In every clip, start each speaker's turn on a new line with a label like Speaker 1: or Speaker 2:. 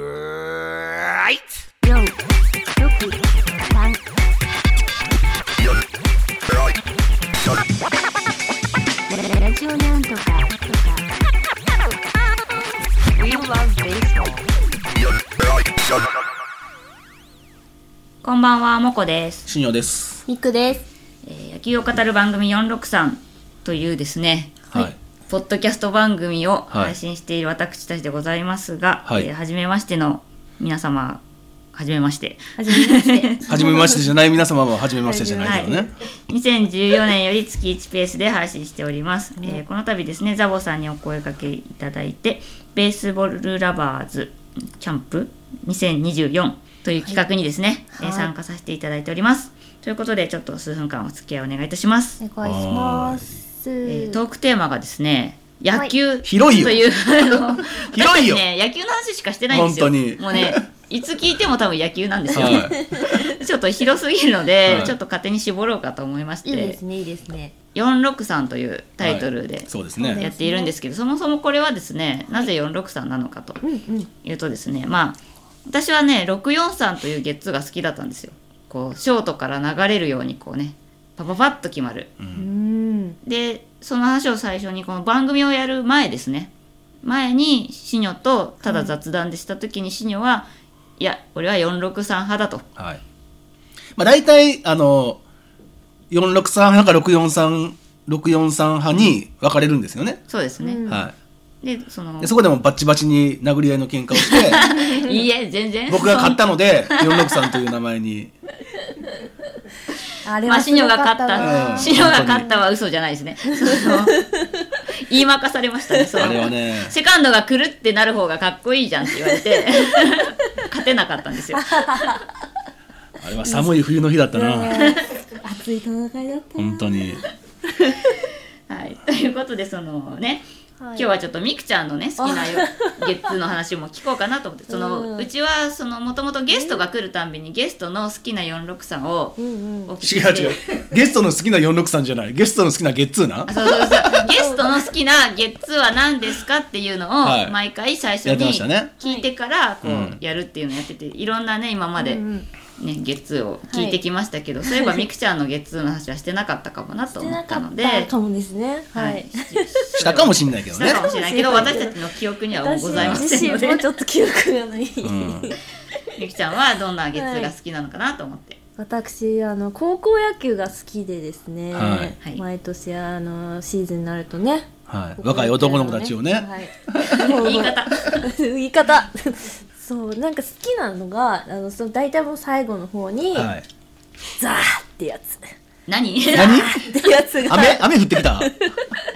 Speaker 1: はい。
Speaker 2: 四、六、三、ララジオなんとかとか。
Speaker 3: We love baseball.
Speaker 4: こんばんは、もこです。
Speaker 5: 信用です。
Speaker 6: ミクです。
Speaker 4: えー野球を語る番組463というですね、
Speaker 5: はい。
Speaker 4: ポッドキャスト番組を
Speaker 5: はい
Speaker 4: 配信している私たちでございますが、
Speaker 5: はい
Speaker 4: えー初めましての皆様、はじめま して。
Speaker 6: はじめまして。
Speaker 5: はじめましてじゃない皆様もはじめましてじゃないからね。
Speaker 4: 2014年より月1ペースで配信しております、えーこの度ですねザボさんにお声掛けいただいてベースボールラバーズキャンプ2024という企画にですね、
Speaker 6: はい
Speaker 4: えー
Speaker 6: はい
Speaker 4: 参加させていただいておりますということでちょっと数分間お付き合いお願いいたします、
Speaker 6: お願いし ます。
Speaker 4: えートークテーマがですね野球、
Speaker 5: 広いよ
Speaker 4: という あの
Speaker 5: 広い
Speaker 4: 私たち
Speaker 5: よ
Speaker 4: ね野球の話しかしてないんですよ
Speaker 5: 本当に
Speaker 4: もうねいつ聞いても多分野球なんですよ、
Speaker 5: はい。
Speaker 4: ちょっと広すぎるので、
Speaker 5: はい
Speaker 4: ちょっと勝手に絞ろうかと思いまして
Speaker 6: いいですね、いいですね。
Speaker 4: 463というタイトルで
Speaker 5: そうです
Speaker 6: そう
Speaker 5: ね
Speaker 6: で
Speaker 4: や。っているんですけど、そもそもこれはですねなぜ463なのかと
Speaker 6: うんうん。
Speaker 4: いうとですねまあ私はね643というゲッツーが好きだったんですよこうショートから流れるようにこうねパパパッと決まる
Speaker 6: うん。
Speaker 4: でその話を最初にこの番組をやる前ですね前にシニョとただ雑談でした時にシニョは「いや俺は463派だ」と
Speaker 5: はい。まあ大体、あの、463派か643、643派に分かれるんですよね。
Speaker 4: そうですね、
Speaker 6: うん
Speaker 5: は
Speaker 4: でその
Speaker 5: い。でそこでもバチバチに殴り合いの喧嘩をして、
Speaker 4: いいえ全然
Speaker 5: 僕が勝ったので、463という名前に。
Speaker 6: あれ
Speaker 4: まあ、
Speaker 6: は
Speaker 4: シニョが勝っ
Speaker 5: う
Speaker 4: た、
Speaker 5: ん
Speaker 4: シニョが勝ったは嘘じゃないですね。その言いまかされましたね、その
Speaker 5: あれはね
Speaker 4: セカンドが来るってなる方がかっこいいじゃんって言われて、 勝てなかったんですよ。
Speaker 5: あれは寒い冬の日だったな。
Speaker 6: 熱い戦いだった
Speaker 5: 本当に。
Speaker 4: はい、ということで、そのね、
Speaker 6: はい
Speaker 4: 今日はちょっとみくちゃんのね、好きなよゲッツの話も聞こうかなと思って、その、
Speaker 6: うん
Speaker 4: うちは、その、もともとゲストが来るたんびに、ゲストの好きな463を
Speaker 6: うんうん。
Speaker 4: お聞き
Speaker 5: 違
Speaker 4: し
Speaker 5: う
Speaker 4: て、
Speaker 5: 違う。ゲストの好きな463じゃない。ゲストの好きなゲッツーな
Speaker 4: あ。そうそうそうゲストの好きなゲッツーは何ですかっていうの
Speaker 5: は
Speaker 4: を
Speaker 5: い
Speaker 4: 毎回最初
Speaker 5: やって
Speaker 4: に
Speaker 5: ましたね
Speaker 4: 聞いてからこ
Speaker 5: う
Speaker 4: うんやるっていうのをやってていろんなね今まで
Speaker 6: う
Speaker 4: ね
Speaker 6: ん
Speaker 4: ゲッツーを聞いてきましたけどそういえばみくちゃんのゲッツーの話はしてなかったかもなと
Speaker 6: して
Speaker 4: 思
Speaker 6: な
Speaker 4: っ
Speaker 6: か
Speaker 4: たの
Speaker 6: っ
Speaker 4: で
Speaker 6: たかもですね。 はい。
Speaker 5: したかも
Speaker 4: し
Speaker 5: しんないけど
Speaker 4: し
Speaker 5: ね
Speaker 4: た。かもしれないけど
Speaker 6: そうです
Speaker 4: 私
Speaker 6: ね
Speaker 4: たちの記憶にはもう
Speaker 6: 私
Speaker 4: ございませんの
Speaker 6: 自身も
Speaker 4: で
Speaker 6: ちょっと記憶がない。
Speaker 5: うん。
Speaker 4: みくちゃんはどんなゲッツーが好きなのかなと思って
Speaker 6: 私あの高校野球が好きでですね、
Speaker 5: はい
Speaker 4: はい
Speaker 6: 毎年あのシーズンになるとね
Speaker 5: はい。若い男の子たちをね。
Speaker 6: はい、もう
Speaker 4: 言い方
Speaker 6: 言い方 そうなんか好きなのがあのその大体もう最後の方に、
Speaker 5: はい。
Speaker 6: ザーってやつ
Speaker 4: 何
Speaker 5: 何
Speaker 6: ってやつが
Speaker 5: 雨雨降って きた。
Speaker 4: だか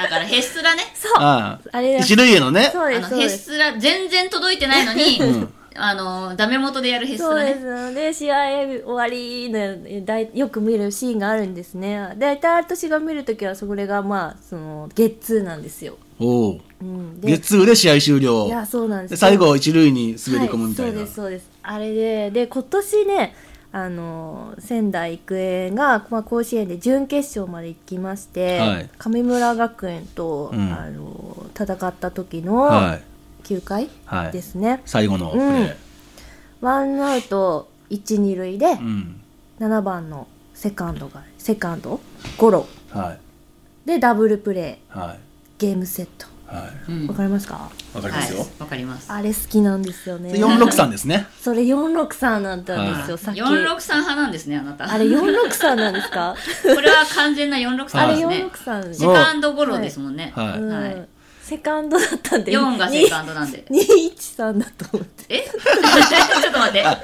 Speaker 4: らへっすらね
Speaker 6: そうあ
Speaker 5: ああ
Speaker 6: れだ
Speaker 5: 一塁へのね。
Speaker 6: そう
Speaker 4: あ
Speaker 6: で
Speaker 4: の
Speaker 6: すそう
Speaker 4: へっ
Speaker 6: です
Speaker 4: すら全然届いてないのに
Speaker 5: うん
Speaker 4: あのダメ元でやるへっす
Speaker 6: そ
Speaker 4: ら
Speaker 6: うで
Speaker 4: ね
Speaker 6: すで試合終わりのだいよく見るシーンがあるんですねで大体私が見るときはそれがまあそのゲッツーなんですよ、
Speaker 5: おう
Speaker 6: うん、で
Speaker 5: 月2で試合終了
Speaker 6: い。やそうなんです
Speaker 5: で
Speaker 6: よ
Speaker 5: 最後、一塁に滑り込むみたいな。
Speaker 6: はい、そうですそうですあれでで今年ねあの仙台育英が、まあ、甲子園で準決勝まで行きまして、
Speaker 5: はい
Speaker 6: 神村学園と、
Speaker 5: うん
Speaker 6: あの戦った時の
Speaker 5: はい。
Speaker 6: 9回
Speaker 5: はい
Speaker 6: ですね、
Speaker 5: 最後のプレー。
Speaker 6: ワンアウト1、2塁で
Speaker 5: うん。
Speaker 6: 7番のセカンドがセカンドゴロ
Speaker 5: はい。
Speaker 6: でダブルプレ
Speaker 5: はい。
Speaker 6: ーゲームセット
Speaker 5: は
Speaker 4: うん
Speaker 6: わかりますか、
Speaker 5: い。わかりま
Speaker 4: は
Speaker 5: す
Speaker 4: い
Speaker 5: よ。
Speaker 4: わかります
Speaker 6: あれ好きなんですよね
Speaker 5: で463ですね。
Speaker 6: それ463なんてなんですよ、さっき
Speaker 4: 463派なんですねあなた
Speaker 6: あれ463なんです か
Speaker 4: これは完全な463
Speaker 6: あ
Speaker 4: で
Speaker 6: れ
Speaker 4: す
Speaker 6: 四
Speaker 4: ね
Speaker 6: 六三
Speaker 4: セカンドゴロですもんね、
Speaker 5: は
Speaker 6: う
Speaker 5: い。
Speaker 4: はい
Speaker 6: ん、セカンドだったんで
Speaker 4: 4がセカンドなんで
Speaker 6: 二一三だと思って
Speaker 4: え ちょっと待って
Speaker 5: あ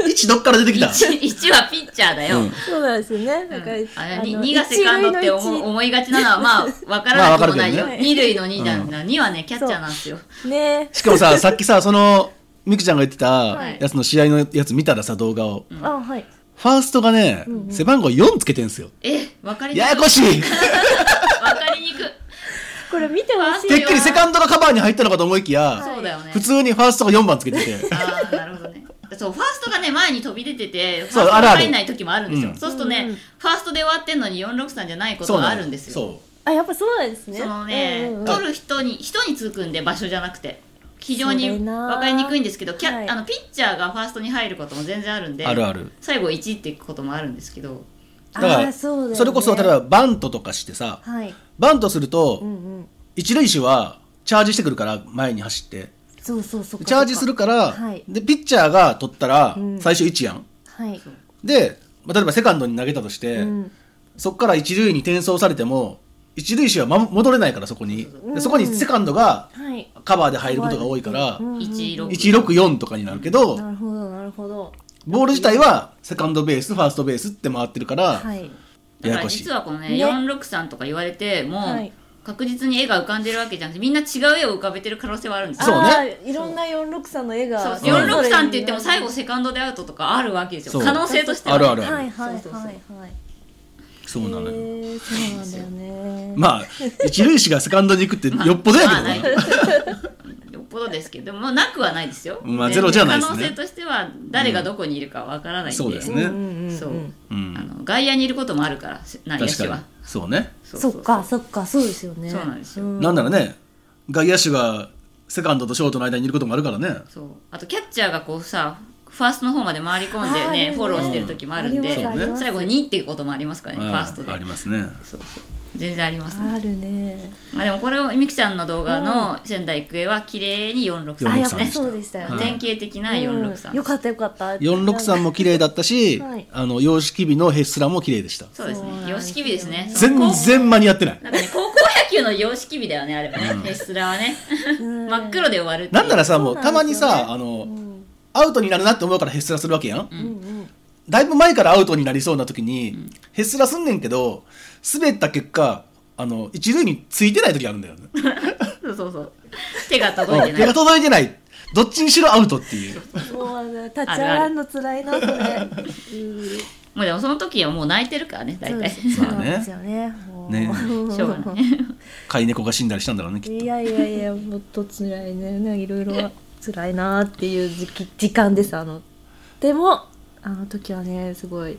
Speaker 5: 位置どっから出てきた
Speaker 4: 1, はピッチャーだよ、
Speaker 5: う
Speaker 4: うん
Speaker 5: ん
Speaker 6: そうなんですよね。だから、
Speaker 4: あ
Speaker 6: あの
Speaker 4: 2がセカンドって
Speaker 6: 一塁
Speaker 4: 思
Speaker 6: の
Speaker 4: 思いがちなのは まあ分からなくもないよ、
Speaker 5: まあわかるけ
Speaker 4: 2
Speaker 5: どね
Speaker 4: 塁の2じゃん、2はねキャッチャーなんですよ
Speaker 6: 一ね
Speaker 5: しか もさ、さっきさ、その、ミクちゃんが言ってた
Speaker 4: い
Speaker 5: やつの試合のやつ見たらさ、動画を。
Speaker 6: あはい
Speaker 5: ファーストがね、背番号4つけてんすよ。
Speaker 4: え分かりに
Speaker 5: や
Speaker 4: く
Speaker 5: やこし
Speaker 4: 分
Speaker 5: い
Speaker 4: かりにく
Speaker 6: これ見てほしい
Speaker 5: てっきりセカンドがカバーに入ったのかと思いきや、
Speaker 4: そうだよね
Speaker 5: 普通にファーストが4番つけてて。
Speaker 4: ああなるほどねそうファーストがね前に飛び出ててフ
Speaker 5: そ
Speaker 4: ァー
Speaker 5: う
Speaker 4: スト
Speaker 5: ある
Speaker 4: が
Speaker 5: ある
Speaker 4: 入んない時もあるんですよ
Speaker 5: うん
Speaker 4: そうするとね、
Speaker 6: うんうん
Speaker 4: ファーストで終わってんのに463じゃないことがあるんですよ
Speaker 5: そうなの。そう
Speaker 6: あやっぱそうなんですね
Speaker 4: そのね、
Speaker 6: うんうんうん
Speaker 4: 取る人に人につくんで場所じゃなくて非常に
Speaker 6: それな
Speaker 4: 分かりにくいんですけどキャ、
Speaker 6: はい
Speaker 4: あのピッチャーがファーストに入ることも全然あるんで
Speaker 5: あるある
Speaker 4: 最後1っていくこともあるんですけど
Speaker 5: だから
Speaker 6: あーそうだよね
Speaker 5: それこそ例えばバントとかしてさ
Speaker 6: はい
Speaker 5: バントすると、
Speaker 6: うんうん
Speaker 5: 一塁手はチャージしてくるから前に走って
Speaker 6: そうそうそう
Speaker 5: チャージするから、
Speaker 6: はい
Speaker 5: でピッチャーが取ったら
Speaker 6: うん
Speaker 5: 最初1やん、
Speaker 6: はい
Speaker 5: で、まあ、例えばセカンドに投げたとして、
Speaker 6: うん
Speaker 5: そこから一塁に転送されても一塁手は、ま、戻れないからそこに
Speaker 4: そう
Speaker 6: そう
Speaker 5: でそこにセカンドが
Speaker 6: はい
Speaker 5: カバーで入ることが多いから、
Speaker 6: うんうん
Speaker 4: 16
Speaker 5: 164とかになるけど、
Speaker 6: なるほどなるほど
Speaker 5: ボール自体はセカンドベースファーストベースって回ってるから、
Speaker 6: はい
Speaker 4: だ
Speaker 5: やや
Speaker 4: から
Speaker 5: こしい
Speaker 4: 実はこのね
Speaker 6: ね
Speaker 4: 463とか言われても、
Speaker 6: はい
Speaker 4: 確実に絵が浮かんでるわけじゃなくてみんな違う絵を浮かべてる可能性はあるんですよ
Speaker 5: そうね
Speaker 6: あーいろんな463の絵が
Speaker 4: そう463って言っても最後
Speaker 6: は
Speaker 4: セカンドでアウトとかあるわけです
Speaker 5: そ
Speaker 4: よ
Speaker 5: う
Speaker 4: 可能性としては
Speaker 5: あるあ
Speaker 6: い
Speaker 5: るある、
Speaker 6: はいはい
Speaker 4: そうそうそう
Speaker 6: はい
Speaker 5: そうなのよ、
Speaker 6: へーそうなんだよね
Speaker 5: まあ一塁手がセカンドに行くってよっぽどやけどな、
Speaker 4: まあないよっぽどですけどもうなくはないですよ、
Speaker 5: まあゼロじゃないですね
Speaker 4: 可能性としては誰がどこにいるかわからないんで、
Speaker 5: そうですね、
Speaker 6: うんうんうん
Speaker 4: そう、
Speaker 5: うん
Speaker 4: あの外野にいることもあるから内野
Speaker 5: 確
Speaker 4: 手
Speaker 5: かに
Speaker 4: は
Speaker 5: そうね、
Speaker 4: そ
Speaker 6: そっかそっかそうですよね
Speaker 4: そうなんですよ
Speaker 6: ん
Speaker 5: なんならね外野手がセカンドとショートの間にいることもあるからね
Speaker 4: そうあとキャッチャーがこうさファーストの方まで回り込ん
Speaker 6: あ
Speaker 4: で
Speaker 6: ーある
Speaker 4: ね
Speaker 6: ね
Speaker 4: フォローしてる時もあるんで、
Speaker 5: ありますあります
Speaker 4: 最後に2っていうこともありますからねファーストで
Speaker 5: あありますね
Speaker 4: そうそう全然ありますね
Speaker 6: あるね
Speaker 4: まあでもこれをみきちゃんの動画の仙台育英は綺麗に463
Speaker 5: 463
Speaker 6: あ
Speaker 4: で
Speaker 6: やっ
Speaker 4: す
Speaker 6: ぱ
Speaker 4: ね
Speaker 6: そうでしたよ
Speaker 5: うん
Speaker 4: 典
Speaker 6: ね
Speaker 4: 型的な
Speaker 6: うんよ
Speaker 4: 463
Speaker 6: かったよかった
Speaker 5: 463も綺麗だったし、
Speaker 6: はい
Speaker 5: あの様式美のヘスラも綺麗でした
Speaker 4: そうです
Speaker 6: そうなん
Speaker 4: ね
Speaker 6: ですよ
Speaker 4: 様式日ですね
Speaker 5: 全然間に合ってない
Speaker 4: なんかね高校野球の様式日だよねあれはねテスラはね
Speaker 6: うん
Speaker 4: 真っ黒で終わるっていう
Speaker 5: なんならさもう
Speaker 6: そう
Speaker 5: た
Speaker 6: な
Speaker 5: ま
Speaker 6: んで
Speaker 5: に
Speaker 6: すよね
Speaker 5: さあ
Speaker 6: う
Speaker 5: の
Speaker 6: ん
Speaker 5: アウトになるなって思うからヘスラするわけやん、
Speaker 6: うんうん
Speaker 5: だいぶ前からアウトになりそうな時に、ヘスラすんねんけど滑った結果あの一塁についてない時あるんだよね
Speaker 4: そうそうそう手が届いて
Speaker 5: うん
Speaker 4: な
Speaker 5: 手
Speaker 4: い
Speaker 5: が届いてないどっちにしろアウトっていう
Speaker 6: もうあの立ち上がるの辛いなそれうん
Speaker 4: もうでもその時はもう泣いてるからね大
Speaker 6: そう
Speaker 4: 体
Speaker 6: ですそうなんですよねもう
Speaker 5: ね
Speaker 4: しょうがない
Speaker 5: 飼い猫が死んだりしたんだろうねきっと
Speaker 6: いやいやいやもっと辛いねねいろいろ辛いなっていう時期時間ですあのでもあの時はねすごい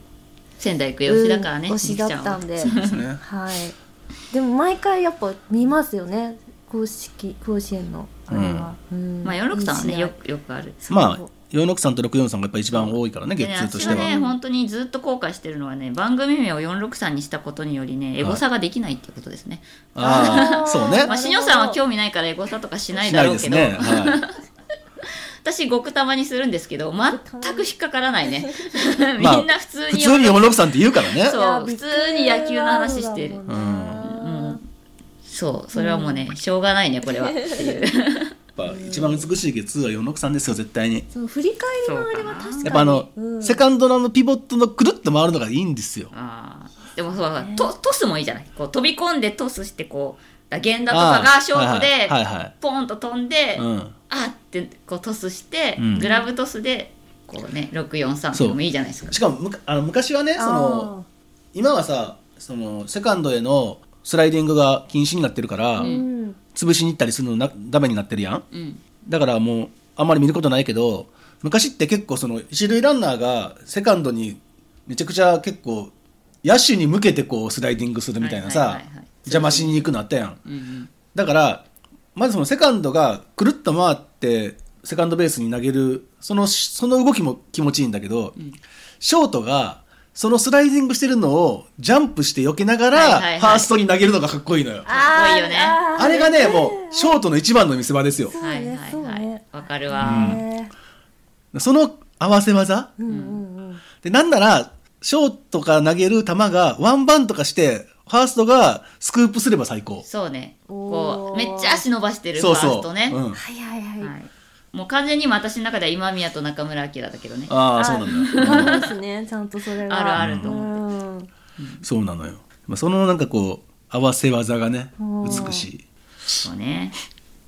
Speaker 4: 仙台育英推しだからね
Speaker 6: うん推
Speaker 4: みき
Speaker 6: し
Speaker 4: ち
Speaker 6: だ
Speaker 4: ゃん
Speaker 6: った
Speaker 4: は
Speaker 6: んで
Speaker 5: ですね
Speaker 6: はいでも毎回やっぱ見ますよね公式甲子園のあれは、うん
Speaker 4: まあ463はい
Speaker 6: い
Speaker 4: ね
Speaker 6: 試合
Speaker 4: よくよくある
Speaker 5: まあ463と643がやっぱ一番多いからね
Speaker 4: で
Speaker 5: 月
Speaker 4: ね
Speaker 5: 通と
Speaker 4: 私
Speaker 5: して
Speaker 4: が
Speaker 5: は、
Speaker 4: ね本当にずっと後悔してるのはね番組名を463にしたことによりねエゴサができないっていうことですね、
Speaker 5: ああそうね
Speaker 4: まあ、しにょさんは興味ないからエゴサとかしない
Speaker 5: し
Speaker 4: だ
Speaker 5: ない
Speaker 4: ろう
Speaker 5: で
Speaker 4: け
Speaker 5: す
Speaker 4: ど、
Speaker 5: ね、は
Speaker 4: 私極たまにするんですけど全く引っかからないねみん
Speaker 5: まあ
Speaker 4: な普通
Speaker 5: い、普
Speaker 4: に
Speaker 5: 通に463って言うからね
Speaker 4: そう普通に野球の話してる
Speaker 6: うん
Speaker 4: うんそうそれはもうねしょうがないねこ れはっていう
Speaker 5: やっぱ一番美しい月通は463ですよ絶対に
Speaker 6: その振り返りのあれは確かに
Speaker 5: やっぱあの、
Speaker 6: うん
Speaker 5: セカンドのあのピボットのくるっと回るのがいいんですよ
Speaker 4: あーでもそうだトトスもいいじゃないこう飛び込んでトスしてこうだ源田とかがショート
Speaker 5: は
Speaker 4: で
Speaker 5: いはいはい
Speaker 4: ポンと飛んで、
Speaker 5: はいうん
Speaker 4: あーってこうトスして、
Speaker 5: うん
Speaker 4: グラブトスでこうね643
Speaker 5: そう
Speaker 4: でもいいじゃないですか
Speaker 5: しかもむかあの昔はねその今はさそのセカンドへのスライディングが禁止になってるから、
Speaker 6: あーうん
Speaker 5: 潰しに行ったりするのなダメになってるやん
Speaker 4: うん
Speaker 5: だからもうあんまり見ることないけど昔って結構その一塁ランナーがセカンドにめちゃくちゃ結構野手に向けてこうスライディングするみたいな
Speaker 4: はいはい
Speaker 5: さ
Speaker 4: はいはい
Speaker 5: 邪魔しに行くのあったやん
Speaker 4: うんうん
Speaker 5: だからまずそのセカンドがくるっと回ってセカンドベースに投げるそのその動きも気持ちいいんだけど、ショートがそのスライディングしてるのをジャンプして避けながら、
Speaker 4: はいはいはい
Speaker 5: ファーストに投げるのがかっこいいのよ。
Speaker 4: かっこいいよね
Speaker 6: あー
Speaker 5: あれがね、もう、ショートの一番の見せ場ですよ。
Speaker 6: そう
Speaker 4: はいは
Speaker 6: ね
Speaker 4: い
Speaker 6: そう
Speaker 4: はい
Speaker 6: ね
Speaker 4: わかるわ、
Speaker 6: ね
Speaker 5: その合わせ技
Speaker 6: うんうんうん
Speaker 5: で、なんなら、ショートが投げる球がワンバンとかして、ファーストがスクープすれば最高。
Speaker 4: そうね
Speaker 6: お
Speaker 4: こ
Speaker 6: ー
Speaker 4: うめっちゃ足伸ばしてるフ
Speaker 5: そ
Speaker 4: ァー
Speaker 5: うそ
Speaker 4: ス
Speaker 5: う。
Speaker 4: トね
Speaker 5: うん、
Speaker 6: はいはいはい
Speaker 4: はいもう完全に今私の中では今宮と中村晃だけどね
Speaker 5: ああ、そうなんだ。
Speaker 6: ありますねちゃんとそれが
Speaker 4: あるあると
Speaker 6: 思って
Speaker 5: そうなのよ。まあ、そのなんかこう、合わせ技がね、
Speaker 6: おー
Speaker 5: 美しい。
Speaker 4: そうね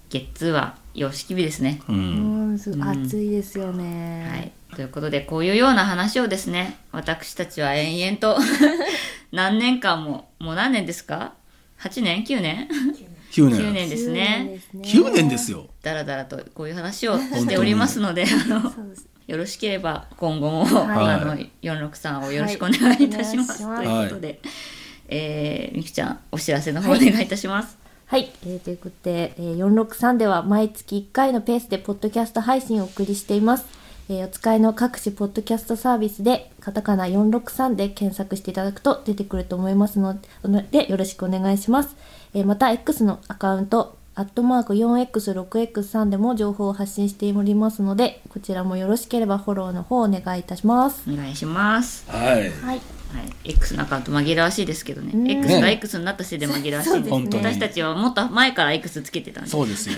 Speaker 4: ゲッツーは様式日ですね
Speaker 5: う。
Speaker 6: うんんすごい暑いですよね
Speaker 4: はいということでこういうような話をですね私たちは延々と 何年間ももう何年ですか8年9年9
Speaker 5: 9年。
Speaker 4: 年です
Speaker 6: そう
Speaker 4: ね
Speaker 5: 9年ですよ。
Speaker 4: だらだらとこういう話をしておりますのであの
Speaker 6: そうです
Speaker 4: よろしければ今後
Speaker 6: は
Speaker 4: も、
Speaker 6: い
Speaker 4: あの463をよろしくお願いいたします、
Speaker 6: はい
Speaker 4: ということで、えーみくちゃんお知らせの方お願いいたします、
Speaker 6: はい、えーということで、えー463では毎月1回のペースでポッドキャスト配信をお送りしています、えーお使いの各種ポッドキャストサービスでカタカナ463で検索していただくと出てくると思いますのでよろしくお願いします、えーまた X のアカウントアットマーク 4x6x3 でも情報を発信しておりますのでこちらもよろしければフォローの方お願いいたします
Speaker 4: お願いします。
Speaker 5: はい。
Speaker 6: はい
Speaker 4: はい、X のアカウント紛らわしいですけどね、
Speaker 6: ん
Speaker 4: X が X になったせいで紛らわしいです,、
Speaker 5: そうですね
Speaker 4: 私たちはもっと前から X つけてたんで
Speaker 5: そうですよ。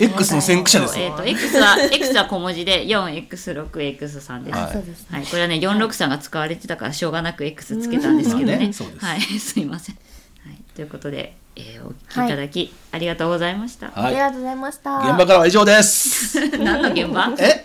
Speaker 5: X の先駆者です
Speaker 4: え
Speaker 5: よ
Speaker 4: っ。と X は X は小文字で 4X6X3 です、
Speaker 5: は
Speaker 6: あ
Speaker 5: い
Speaker 6: そうですね
Speaker 4: はい、これはね463が使われてたからしょうがなく X つけたんですけど
Speaker 5: うんまあ
Speaker 4: ね
Speaker 5: ねそうです
Speaker 4: はい、 すいません、はい、ということで、えーお聞きいただき、ありがとうございました、
Speaker 5: は
Speaker 6: あ
Speaker 5: い。
Speaker 6: り
Speaker 5: 現
Speaker 6: がとうございました
Speaker 5: 場からは以上です。
Speaker 4: 何の現場
Speaker 5: え